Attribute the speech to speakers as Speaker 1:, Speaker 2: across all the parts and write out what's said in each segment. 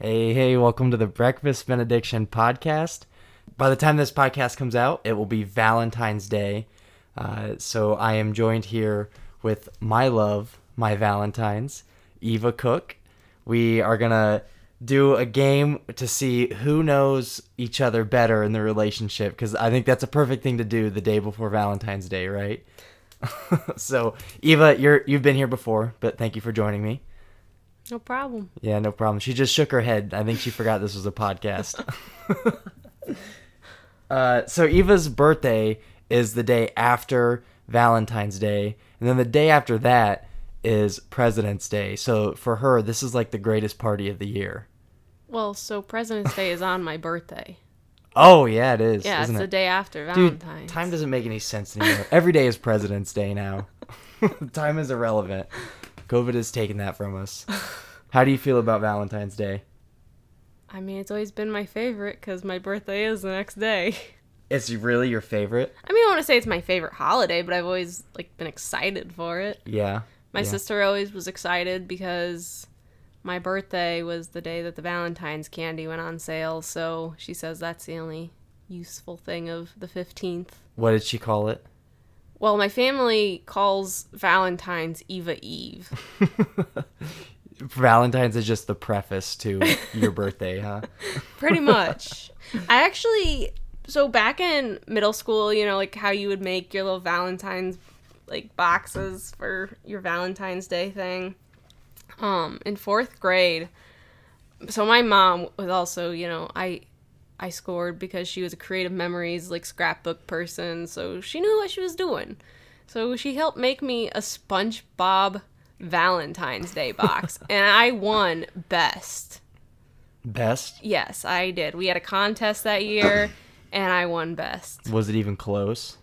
Speaker 1: Hey, hey, welcome to the Breakfast Benediction podcast. By the time this podcast comes out, it will be Valentine's Day. Uh, so I am joined here with my love, my Valentine's, Eva Cook. We are going to do a game to see who knows each other better in the relationship because I think that's a perfect thing to do the day before Valentine's Day, right? so, Eva, you're you've been here before, but thank you for joining me.
Speaker 2: No problem.
Speaker 1: Yeah, no problem. She just shook her head. I think she forgot this was a podcast. uh, so Eva's birthday is the day after Valentine's Day, and then the day after that is President's Day. So for her, this is like the greatest party of the year.
Speaker 2: Well, so President's Day is on my birthday.
Speaker 1: Oh yeah, it is.
Speaker 2: Yeah,
Speaker 1: isn't
Speaker 2: it's the
Speaker 1: it?
Speaker 2: day after
Speaker 1: Dude,
Speaker 2: Valentine's.
Speaker 1: time doesn't make any sense anymore. Every day is President's Day now. time is irrelevant. COVID has taken that from us. How do you feel about Valentine's Day?
Speaker 2: I mean, it's always been my favorite because my birthday is the next day.
Speaker 1: It's really your favorite?
Speaker 2: I mean, I want to say it's my favorite holiday, but I've always like been excited for it.
Speaker 1: Yeah.
Speaker 2: My
Speaker 1: yeah.
Speaker 2: sister always was excited because my birthday was the day that the Valentine's candy went on sale, so she says that's the only useful thing of the 15th.
Speaker 1: What did she call it?
Speaker 2: Well, my family calls Valentine's Eva Eve.
Speaker 1: Valentine's is just the preface to your birthday, huh?
Speaker 2: pretty much i actually so back in middle school you know like how you would make your little valentine's like boxes for your valentine's day thing um in fourth grade so my mom was also you know i i scored because she was a creative memories like scrapbook person so she knew what she was doing so she helped make me a spongebob valentine's day box and i won best
Speaker 1: Best?
Speaker 2: Yes, I did. We had a contest that year, and I won best.
Speaker 1: Was it even close?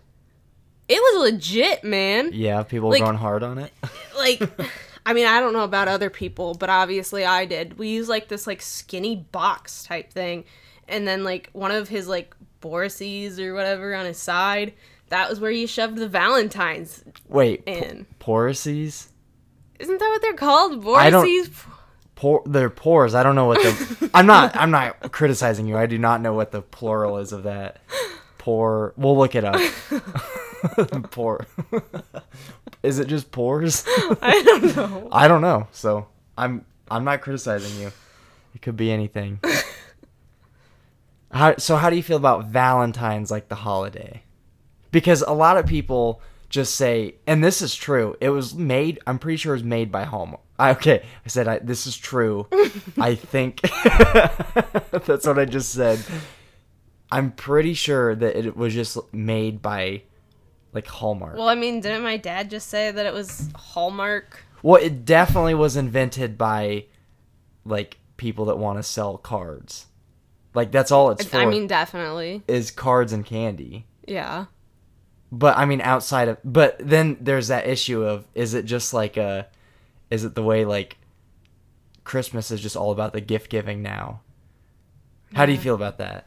Speaker 2: It was legit, man.
Speaker 1: Yeah, people
Speaker 2: Like-
Speaker 1: were going hard on it.
Speaker 2: Like, I mean, I don't know about other people, but obviously I did. We used like this like skinny box type thing, and then like one of his like Borises or whatever on his side. That was where you shoved the Valentines
Speaker 1: Wait, po-
Speaker 2: in.
Speaker 1: porises?
Speaker 2: Isn't that what they're called?
Speaker 1: I don't-
Speaker 2: Borises.
Speaker 1: Por- they're pores. I don't know what the. I'm not. I'm not criticizing you. I do not know what the plural is of that. Poor. We'll look it up. Poor. is it just pores?
Speaker 2: I don't know.
Speaker 1: I don't know. So I'm. I'm not criticizing you. It could be anything. How, so how do you feel about Valentine's like the holiday? Because a lot of people just say, and this is true. It was made. I'm pretty sure it was made by Hallmark. I, okay, I said I, this is true. I think that's what I just said. I'm pretty sure that it was just made by like Hallmark.
Speaker 2: Well, I mean, didn't my dad just say that it was Hallmark?
Speaker 1: Well, it definitely was invented by like people that want to sell cards. Like that's all it's for
Speaker 2: I mean, definitely.
Speaker 1: is cards and candy.
Speaker 2: Yeah.
Speaker 1: But I mean outside of but then there's that issue of is it just like a is it the way like Christmas is just all about the gift giving now? How do you feel about that?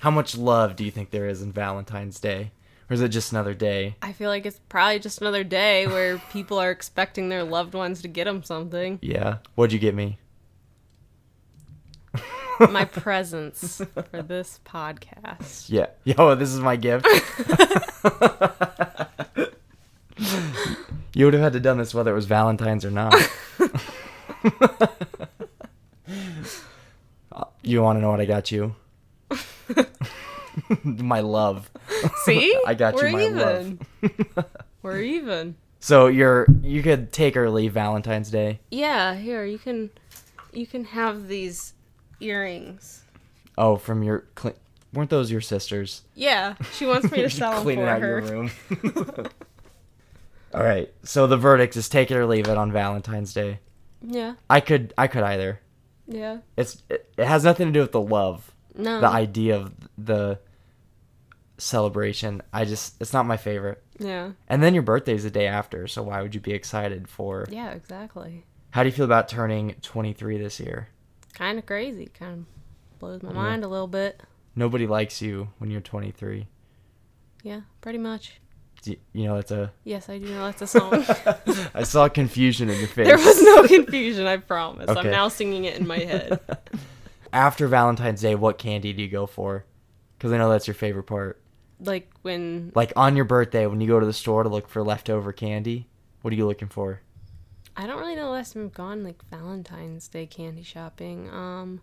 Speaker 1: How much love do you think there is in Valentine's Day? Or is it just another day?
Speaker 2: I feel like it's probably just another day where people are expecting their loved ones to get them something.
Speaker 1: Yeah. What'd you get me?
Speaker 2: My presence for this podcast.
Speaker 1: Yeah. Yo, this is my gift. you would have had to done this whether it was Valentine's or not. you want to know what I got you? my love.
Speaker 2: See?
Speaker 1: I got you,
Speaker 2: We're
Speaker 1: my love.
Speaker 2: even. We're even.
Speaker 1: So you're you could take or leave Valentine's Day.
Speaker 2: Yeah, here you can you can have these earrings.
Speaker 1: Oh, from your cle weren't those your sisters?
Speaker 2: Yeah, she wants me to
Speaker 1: She's
Speaker 2: sell them
Speaker 1: cleaning
Speaker 2: for
Speaker 1: out
Speaker 2: her.
Speaker 1: your room. All right. So the verdict is take it or leave it on Valentine's Day.
Speaker 2: Yeah,
Speaker 1: I could I could either.
Speaker 2: yeah.
Speaker 1: It's it, it has nothing to do with the love,
Speaker 2: No.
Speaker 1: the idea of the celebration. I just it's not my favorite.
Speaker 2: yeah.
Speaker 1: And then your birthday's the day after, so why would you be excited for?
Speaker 2: Yeah, exactly.
Speaker 1: How do you feel about turning 23 this year?
Speaker 2: Kind of crazy. Kind of blows my mind a little bit.
Speaker 1: Nobody likes you when you're 23.
Speaker 2: Yeah, pretty much.
Speaker 1: Do you, you know that's a.
Speaker 2: Yes, I do know that's a song.
Speaker 1: I saw confusion in your face.
Speaker 2: there was no confusion, I promise.
Speaker 1: Okay.
Speaker 2: I'm now singing it in my head.
Speaker 1: After Valentine's Day, what candy do you go for? Because I know that's your favorite part.
Speaker 2: like when
Speaker 1: Like on your birthday, when you go to the store to look for leftover candy, what are you looking for?
Speaker 2: I don't really know the last time I've gone like Valentine's Day candy shopping. Um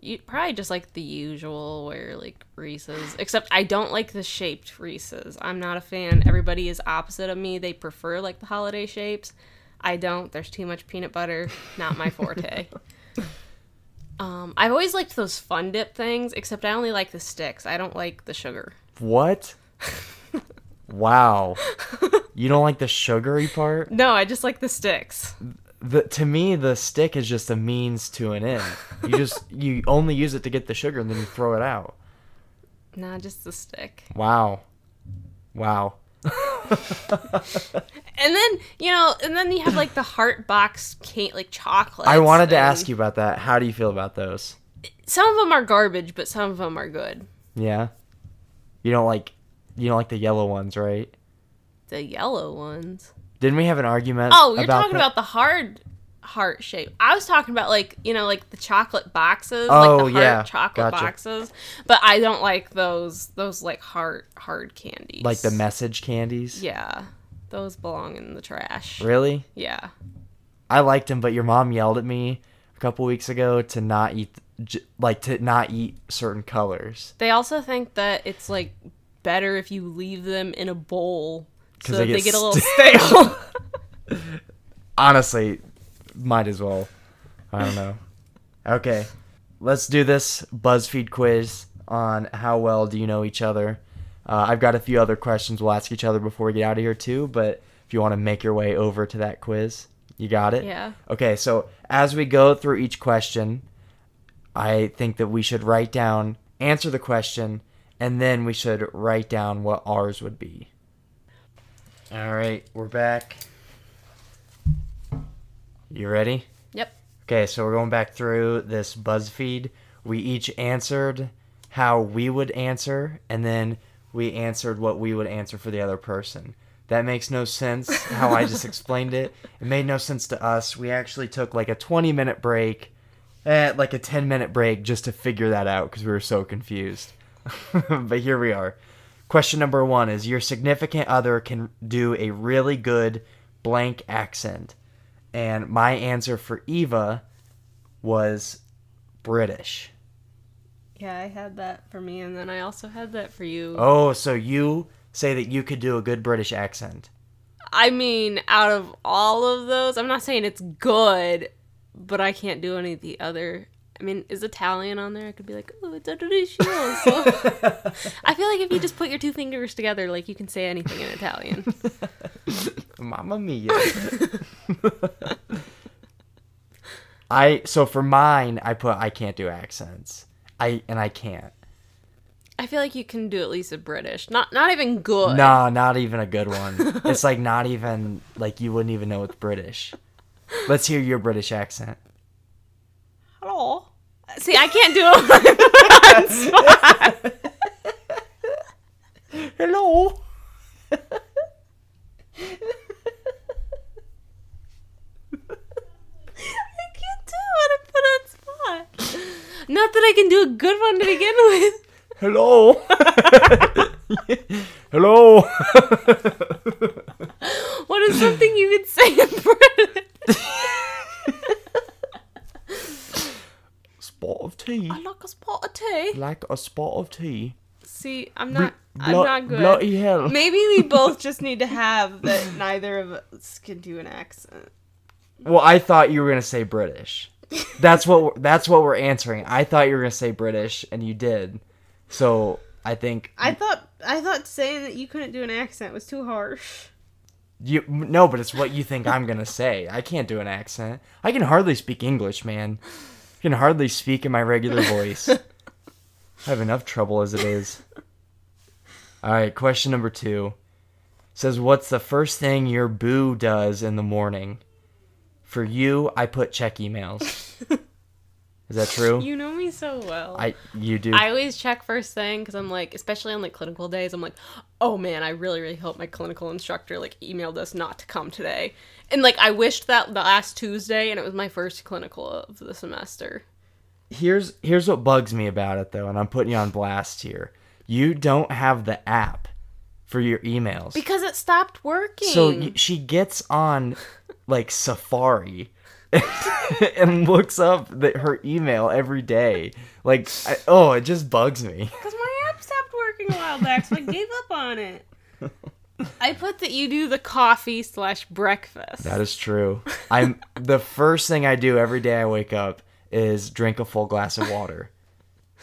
Speaker 2: you probably just like the usual where like Reese's except I don't like the shaped Reese's. I'm not a fan. Everybody is opposite of me. They prefer like the holiday shapes. I don't. There's too much peanut butter. Not my forte. um I've always liked those fun dip things, except I only like the sticks. I don't like the sugar.
Speaker 1: What? wow. You don't like the sugary part?
Speaker 2: No, I just like the sticks.
Speaker 1: The, to me, the stick is just a means to an end. You just you only use it to get the sugar and then you throw it out.
Speaker 2: Nah, just the stick.
Speaker 1: Wow. Wow.
Speaker 2: And then you know, and then you have like the heart box cake, like chocolate.
Speaker 1: I wanted to ask you about that. How do you feel about those?
Speaker 2: Some of them are garbage, but some of them are good.
Speaker 1: Yeah. You don't like you don't like the yellow ones, right?
Speaker 2: The yellow ones.
Speaker 1: Didn't we have an argument?
Speaker 2: Oh, you're talking
Speaker 1: that?
Speaker 2: about the hard heart shape. I was talking about like you know, like the chocolate boxes,
Speaker 1: Oh,
Speaker 2: like the hard
Speaker 1: yeah.
Speaker 2: chocolate
Speaker 1: Gotcha.
Speaker 2: boxes. But I don't like those those like hard hard candies.
Speaker 1: like the message candies.
Speaker 2: Yeah, those belong in the trash.
Speaker 1: Really?
Speaker 2: Yeah.
Speaker 1: I liked them, but your mom yelled at me a couple weeks ago to not eat j- like to not eat certain colors.
Speaker 2: They also think that it's like better if you leave them in a bowl
Speaker 1: 'Cause
Speaker 2: so
Speaker 1: they
Speaker 2: that
Speaker 1: get
Speaker 2: they get a little
Speaker 1: stale.
Speaker 2: stale.
Speaker 1: Honestly, might as well. I don't know. Okay. Let's do this BuzzFeed quiz on how well do you know each other. Uh, I've got a few other questions we'll ask each other before we get out of here too, but if you want to make your way over to that quiz, you got it?
Speaker 2: Yeah.
Speaker 1: Okay, so as we go through each question, I think that we should write down, answer the question, and then we should write down what ours would be. All right, we're back. You ready?
Speaker 2: Yep.
Speaker 1: Okay, so we're going back through this BuzzFeed. We each answered how we would answer, and then we answered what we would answer for the other person. That makes no sense how I just explained it. It made no sense to us. We actually took like a 20 minute break, eh, like a 10 minute break just to figure that out because we were so confused. but here we are. Question number one is Your significant other can do a really good blank accent. And my answer for Eva was British.
Speaker 2: Yeah, I had that for me, and then I also had that for you.
Speaker 1: Oh, so you say that you could do a good British accent.
Speaker 2: I mean, out of all of those, I'm not saying it's good, but I can't do any of the other. I mean, is Italian on there? I could be like, oh, it's a delicioso. I feel like if you just put your two fingers together, like you can say anything in Italian.
Speaker 1: Mamma mia. I so for mine I put I can't do accents. I and I can't.
Speaker 2: I feel like you can do at least a British, not not even good.
Speaker 1: No, not even a good one. it's like not even like you wouldn't even know it's British. Let's hear your British accent.
Speaker 2: Hello. See, I can't do it. on spot.
Speaker 1: Hello.
Speaker 2: I can't do it. I'm put on spot. Not that I can do a good one to begin with.
Speaker 1: Hello. Hello.
Speaker 2: What is something you could say in British?
Speaker 1: spot of tea.
Speaker 2: I like a spot of tea.
Speaker 1: Like a spot of tea.
Speaker 2: See, I'm not. I'm
Speaker 1: Blo-
Speaker 2: not e- good.
Speaker 1: Bloody hell.
Speaker 2: Maybe we both just need to have that neither of us can do an accent.
Speaker 1: Well, I thought you were gonna say British. That's what we're, that's what we're answering. I thought you were gonna say British, and you did. So I think
Speaker 2: I thought I thought saying that you couldn't do an accent was too harsh.
Speaker 1: you no, but it's what you think I'm gonna say. I can't do an accent. I can hardly speak English, man. I can hardly speak in my regular voice. I have enough trouble as it is. All right, question number two says, "What's the first thing your boo does in the morning?" For you, I put check emails. Is that true?
Speaker 2: You know me so well.
Speaker 1: I you do.
Speaker 2: I always check first thing because I'm like, especially on like clinical days, I'm like, oh man, I really, really hope my clinical instructor like emailed us not to come today. And like, I wished that the last Tuesday, and it was my first clinical of the semester.
Speaker 1: here's here's what bugs me about it though, and I'm putting you on blast here. You don't have the app for your emails.
Speaker 2: Because it stopped working.
Speaker 1: So y- she gets on like Safari and looks up the, her email every day. Like, I, oh, it just bugs me.
Speaker 2: Because my app stopped working a while back, so I gave up on it. I put that you do the coffee slash breakfast.
Speaker 1: That is true. I'm the first thing I do every day I wake up is drink a full glass of water.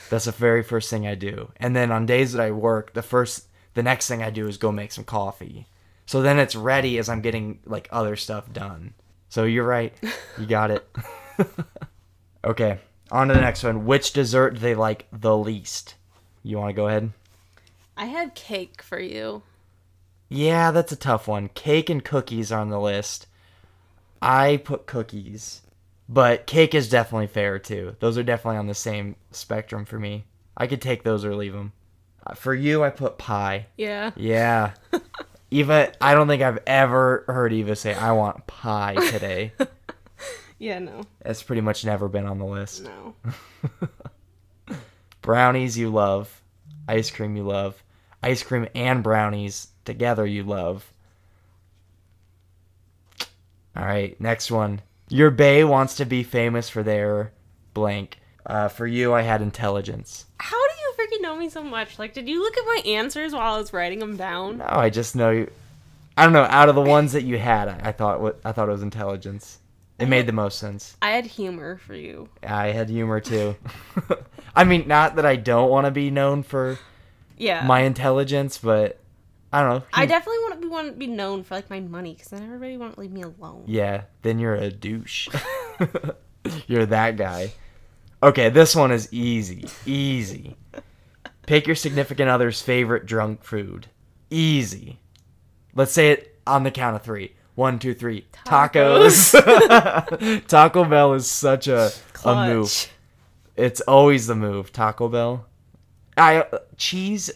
Speaker 1: That's the very first thing I do. And then on days that I work, the first the next thing I do is go make some coffee. So then it's ready as I'm getting like other stuff done. So you're right. You got it. okay. On to the next one. Which dessert do they like the least? You want to go ahead?
Speaker 2: I had cake for you.
Speaker 1: Yeah, that's a tough one. Cake and cookies are on the list. I put cookies, but cake is definitely fair too. Those are definitely on the same spectrum for me. I could take those or leave them. For you, I put pie.
Speaker 2: Yeah.
Speaker 1: Yeah. Eva, I don't think I've ever heard Eva say, I want pie today.
Speaker 2: Yeah, no.
Speaker 1: That's pretty much never been on the list.
Speaker 2: No.
Speaker 1: Brownies you love, ice cream you love, ice cream and brownies together you love. All right, next one. Your bay wants to be famous for their blank. Uh, for you, I had intelligence.
Speaker 2: How do you freaking know me so much? Like, did you look at my answers while I was writing them down?
Speaker 1: No, Oh, I just know you. I don't know. Out of the ones that you had, I, I thought wa- I thought it was intelligence. It made the most sense.
Speaker 2: I had humor for you.
Speaker 1: I had humor too. I mean, not that I don't want to be known for
Speaker 2: Yeah.
Speaker 1: my intelligence, but I don't know.
Speaker 2: I definitely want to be want to be known for like my money because then everybody won't leave me alone.
Speaker 1: Yeah, then you're a douche. you're that guy. Okay, this one is easy. Easy. Pick your significant other's favorite drunk food. Easy. Let's say it on the count of three. One, two, three. Tacos. Taco Bell is such a, a move.
Speaker 2: Clutch.
Speaker 1: It's always the move. Taco Bell. I uh, cheese.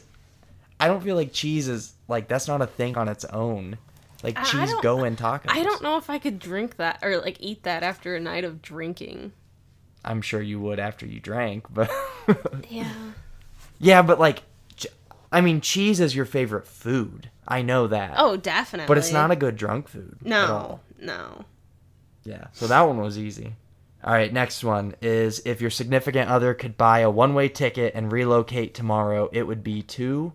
Speaker 1: I don't feel like cheese is like that's not a thing on its own. Like
Speaker 2: I- I
Speaker 1: cheese
Speaker 2: don't-
Speaker 1: go in tacos.
Speaker 2: I don't know if I could drink that or like eat that after a night of drinking.
Speaker 1: I'm sure you would after you drank, but
Speaker 2: Yeah.
Speaker 1: yeah, but like, ch- I mean, cheese is your favorite food. I know that,
Speaker 2: Oh, definitely.
Speaker 1: but it's not a good drunk food. at
Speaker 2: No,
Speaker 1: all.
Speaker 2: no.
Speaker 1: Yeah. So that one was easy. All right, next one is if your significant other could buy a one-way ticket and relocate tomorrow, it would be to.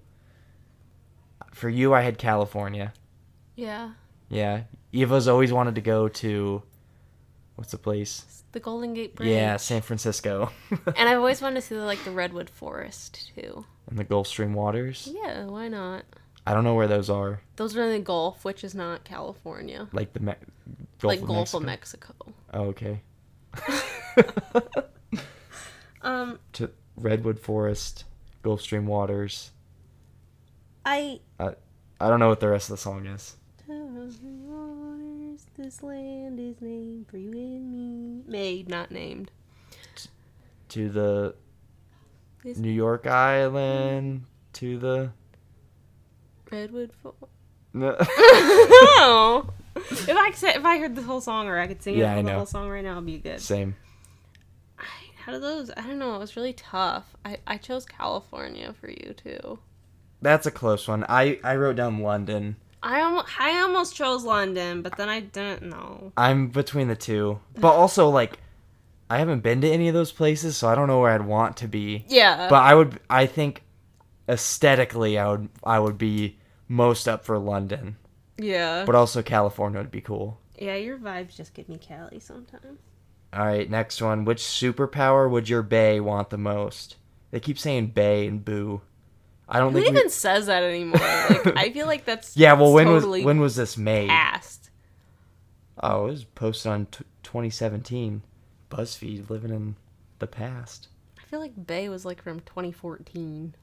Speaker 1: For you, I had California.
Speaker 2: Yeah.
Speaker 1: Yeah, Eva's always wanted to go to. What's the place?
Speaker 2: It's the Golden Gate Bridge.
Speaker 1: Yeah, San Francisco.
Speaker 2: And I've always wanted to see the, like the redwood forest too.
Speaker 1: and the Gulf Stream waters.
Speaker 2: Yeah, why not?
Speaker 1: I don't know where those are.
Speaker 2: Those are in the Gulf, which is not California.
Speaker 1: like the Me- Gulf
Speaker 2: like
Speaker 1: of
Speaker 2: Gulf
Speaker 1: Mexico.
Speaker 2: of Mexico.
Speaker 1: Oh, okay.
Speaker 2: Um,
Speaker 1: To redwood forest, Gulf Stream waters.
Speaker 2: I
Speaker 1: I don't know what the rest of the song is.
Speaker 2: waters, this land is named for you and me. Made, not named.
Speaker 1: To the
Speaker 2: This-
Speaker 1: New York island. To the.
Speaker 2: Redwood Forest.
Speaker 1: No.
Speaker 2: oh. If I could say, if I heard this whole song or I could sing
Speaker 1: Yeah,
Speaker 2: it
Speaker 1: I
Speaker 2: the
Speaker 1: know.
Speaker 2: whole song right now, it'd be good.
Speaker 1: Same.
Speaker 2: I, how do those? I don't know. It was really tough. I I chose California for you too.
Speaker 1: That's a close one. I I wrote down London.
Speaker 2: I almost I almost chose London, but then I didn't know.
Speaker 1: I'm between the two, but also like, I haven't been to any of those places, so I don't know where I'd want to be.
Speaker 2: Yeah.
Speaker 1: But I would. I think aesthetically, I would. I would be most up for London.
Speaker 2: yeah.
Speaker 1: but also California would be cool.
Speaker 2: yeah, your vibes just give me Cali sometimes.
Speaker 1: All right, next one. Which superpower would your bay want the most? They keep saying bay and boo. I don't
Speaker 2: Who
Speaker 1: think.
Speaker 2: even
Speaker 1: we-
Speaker 2: says that anymore? Like I feel like that's
Speaker 1: yeah, well, when
Speaker 2: totally
Speaker 1: was when was this made?
Speaker 2: past.
Speaker 1: Oh, it was posted on t- 2017. BuzzFeed living in the past.
Speaker 2: I feel like Bay was like from 2014.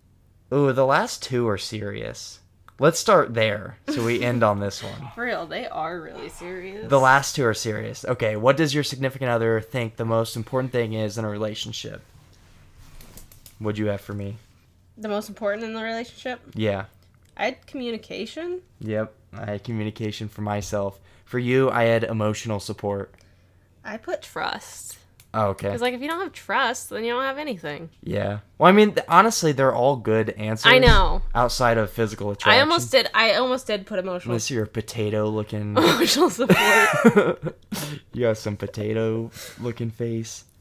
Speaker 1: Ooh, the last two are serious. Let's start there so we end on this one.
Speaker 2: For real, they are really serious.
Speaker 1: The last two are serious. Okay, what does your significant other think the most important thing is in a relationship? What'd you have for me?
Speaker 2: the most important in the relationship.
Speaker 1: Yeah.
Speaker 2: I had communication.
Speaker 1: Yep. I had communication for myself. For you, I had emotional support.
Speaker 2: I put trust.
Speaker 1: Oh, okay.
Speaker 2: Because like if you don't have trust, then you don't have anything.
Speaker 1: yeah. Well, I mean, th- honestly, they're all good answers.
Speaker 2: I know.
Speaker 1: Outside of physical attraction.
Speaker 2: I almost did. I almost did put emotional
Speaker 1: Unless you're a potato looking.
Speaker 2: emotional support.
Speaker 1: you have some potato looking face.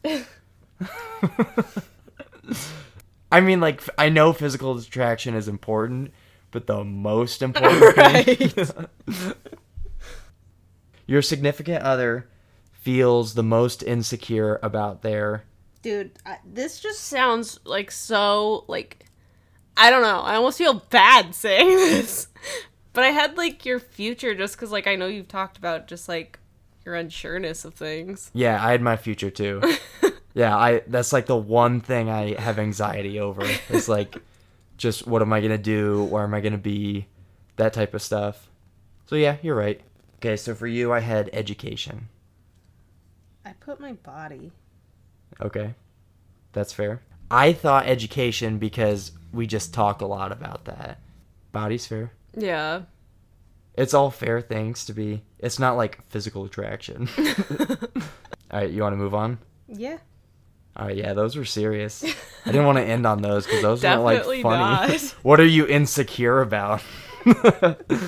Speaker 1: I mean, like, f- I know physical attraction is important, but the most important thing. Your significant other feels the most insecure about their.
Speaker 2: Dude, I, this just sounds like so like I don't know. I almost feel bad saying this, but I had like your future just because like I know you've talked about just like your unsureness of things.
Speaker 1: Yeah, I had my future too. yeah, I. That's like the one thing I have anxiety over. It's like, just what am I gonna do? Where am I gonna be? That type of stuff. So yeah, you're right. Okay, so for you, I had education.
Speaker 2: I put my body.
Speaker 1: Okay. That's fair. I thought education because we just talk a lot about that. Body's fair.
Speaker 2: Yeah.
Speaker 1: It's all fair things to be. It's not like physical attraction. all right, you want to move on?
Speaker 2: Yeah.
Speaker 1: All right, Oh, yeah, those were serious. I didn't want to end on those because those weren't like funny.
Speaker 2: Definitely not.
Speaker 1: what are you insecure about?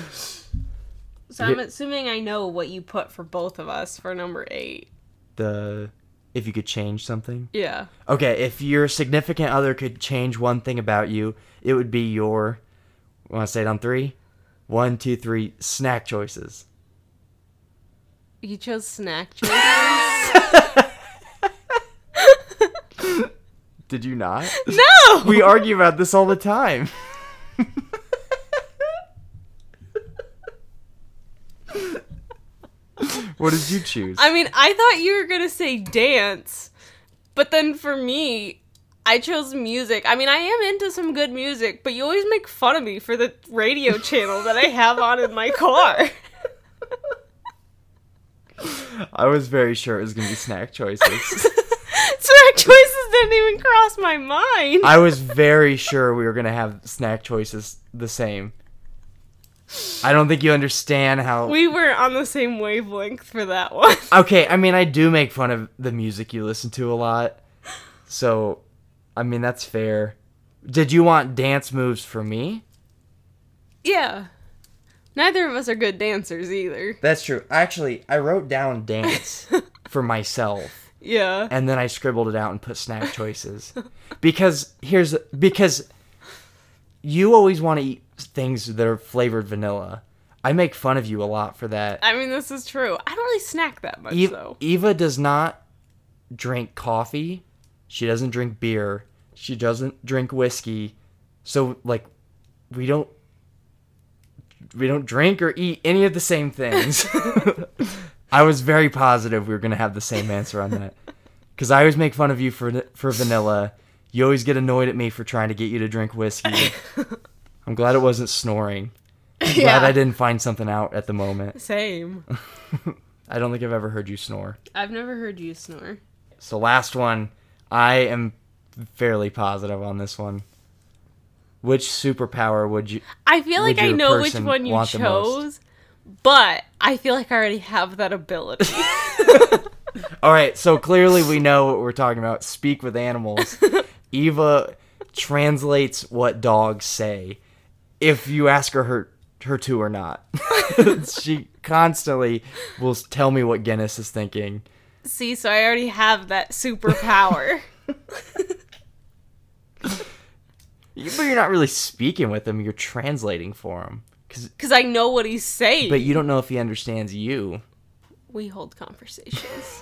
Speaker 2: So I'm assuming I know what you put for both of us for number eight.
Speaker 1: the if you could change something.
Speaker 2: Yeah.
Speaker 1: Okay, if your significant other could change one thing about you, it would be your. Want to say it on three? One, two, three. Snack choices.
Speaker 2: You chose snack choices?
Speaker 1: Did you not?
Speaker 2: no!
Speaker 1: we argue about this all the time. what did you choose?
Speaker 2: I mean, I thought you were going to say dance, but then for me, I chose music. I mean, I am into some good music, but you always make fun of me for the radio channel that I have on in my car.
Speaker 1: I was very sure it was gonna be snack choices.
Speaker 2: snack choices didn't even cross my mind.
Speaker 1: I was very sure we were gonna have snack choices the same. I don't think you understand how
Speaker 2: we were on the same wavelength for that one.
Speaker 1: Okay, I mean, I do make fun of the music you listen to a lot. So, I mean, that's fair. Did you want dance moves for me?
Speaker 2: yeah. Neither of us are good dancers either.
Speaker 1: That's true. Actually, I wrote down dance for myself
Speaker 2: Yeah.
Speaker 1: and then I scribbled it out and put snack choices. Because here's because you always want to eat things that are flavored vanilla. I make fun of you a lot for that.
Speaker 2: I mean, this is true. I don't really snack that much,
Speaker 1: Eve-
Speaker 2: though.
Speaker 1: Eva does not drink coffee. She doesn't drink beer. She doesn't drink whiskey. So like we don't we don't drink or eat any of the same things. I was very positive we were going to have the same answer on that. Cuz I always make fun of you for for vanilla. You always get annoyed at me for trying to get you to drink whiskey. I'm glad it wasn't snoring. Glad I didn't find something out at the moment.
Speaker 2: Same.
Speaker 1: I don't think I've ever heard you snore.
Speaker 2: I've never heard you snore.
Speaker 1: So last one, I am fairly positive on this one. Which superpower would you?
Speaker 2: I feel
Speaker 1: Would
Speaker 2: like I
Speaker 1: your
Speaker 2: know which
Speaker 1: person
Speaker 2: one you
Speaker 1: want the most?
Speaker 2: chose, but I feel like I already have that ability.
Speaker 1: All right, so clearly we know what we're talking about. Speak with animals. Eva translates what dogs say. If you ask her her, her to or not, she constantly will tell me what Guinness is thinking.
Speaker 2: See, so I already have that superpower.
Speaker 1: But you're not really speaking with him; you're translating for him. 'Cause-
Speaker 2: Because I know what he's saying.
Speaker 1: but you don't know if he understands you.
Speaker 2: we hold conversations.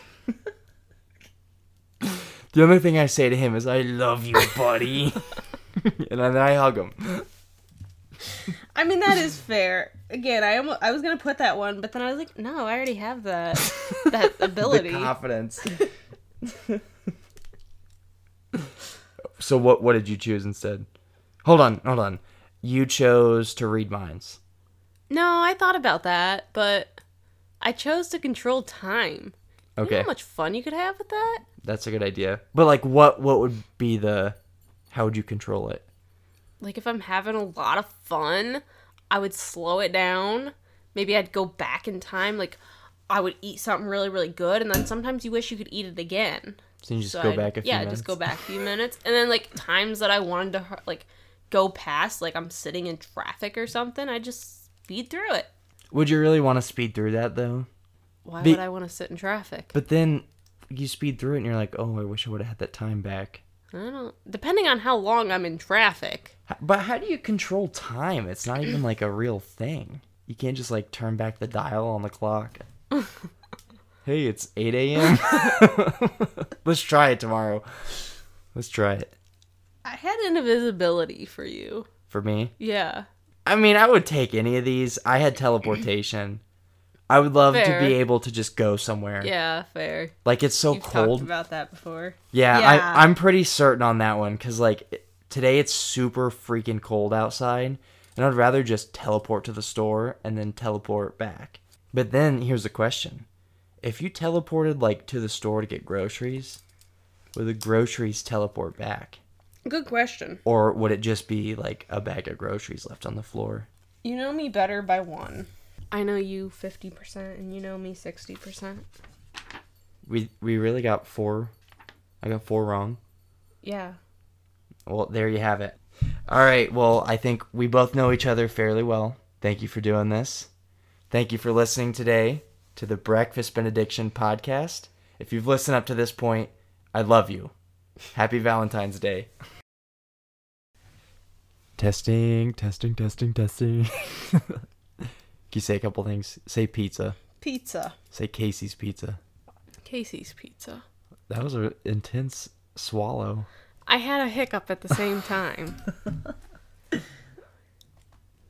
Speaker 1: The only thing I say to him is, I love you, buddy. and then I hug him.
Speaker 2: I mean, that is fair. Again, I almost, I was going to put that one, but then I was like, no, I already have that, that
Speaker 1: The
Speaker 2: ability.
Speaker 1: confidence. so what what did you choose instead? Hold on, hold on. you chose to read minds.
Speaker 2: No, I thought about that, but I chose to control time. You know
Speaker 1: Okay,
Speaker 2: how much fun you could have with that?
Speaker 1: that's a good idea. But like, what what would be the? How would you control it?
Speaker 2: Like, if I'm having a lot of fun, I would slow it down. Maybe I'd go back in time. Like, I would eat something really, really good, and then sometimes you wish you could eat it again.
Speaker 1: So you just
Speaker 2: So
Speaker 1: go
Speaker 2: I'd-
Speaker 1: back a few
Speaker 2: yeah,
Speaker 1: minutes.
Speaker 2: just go back a few minutes, and then like times that I wanted to hu- like go past, like I'm sitting in traffic or something, I just speed through it.
Speaker 1: Would you really want to speed through that though?
Speaker 2: Why
Speaker 1: Be-
Speaker 2: would I want to sit in traffic?
Speaker 1: But then you speed through it and you're like, oh, I wish I would have had that time back.
Speaker 2: I don't. Depending on how long I'm in traffic,
Speaker 1: H- But how do you control time? It's not even like a real thing. You can't just like turn back the dial on the clock. hey, it's 8 a.m. Let's try it tomorrow. Let's try it.
Speaker 2: I had invisibility for you.
Speaker 1: For me,
Speaker 2: Yeah.
Speaker 1: I mean, I would take any of these. I had teleportation. I would love
Speaker 2: Fair.
Speaker 1: to be able to just go somewhere.
Speaker 2: Yeah. Fair.
Speaker 1: Like it's so
Speaker 2: You've
Speaker 1: cold.
Speaker 2: talked about that before.
Speaker 1: Yeah,
Speaker 2: Yeah.
Speaker 1: I, I'm pretty certain on that one because like it- today it's super freaking cold outside, and I'd rather just teleport to the store and then teleport back. But then here's the question: If you teleported like to the store to get groceries, would the groceries teleport back,
Speaker 2: Good question.
Speaker 1: or would it just be like a bag of groceries left on the floor?
Speaker 2: You know me better by one. I know you fifty percent, and you know me sixty percent.
Speaker 1: We we really got four. I got four wrong.
Speaker 2: Yeah.
Speaker 1: Well, there you have it. All right. Well, I think we both know each other fairly well. Thank you for doing this. Thank you for listening today to the Breakfast Benediction podcast. If you've listened up to this point, I love you. Happy Valentine's Day. Testing, testing, testing, testing. Can you say a couple things? Say pizza.
Speaker 2: Pizza.
Speaker 1: Say Casey's pizza.
Speaker 2: Casey's pizza.
Speaker 1: That was an intense swallow.
Speaker 2: I had a hiccup at the same time.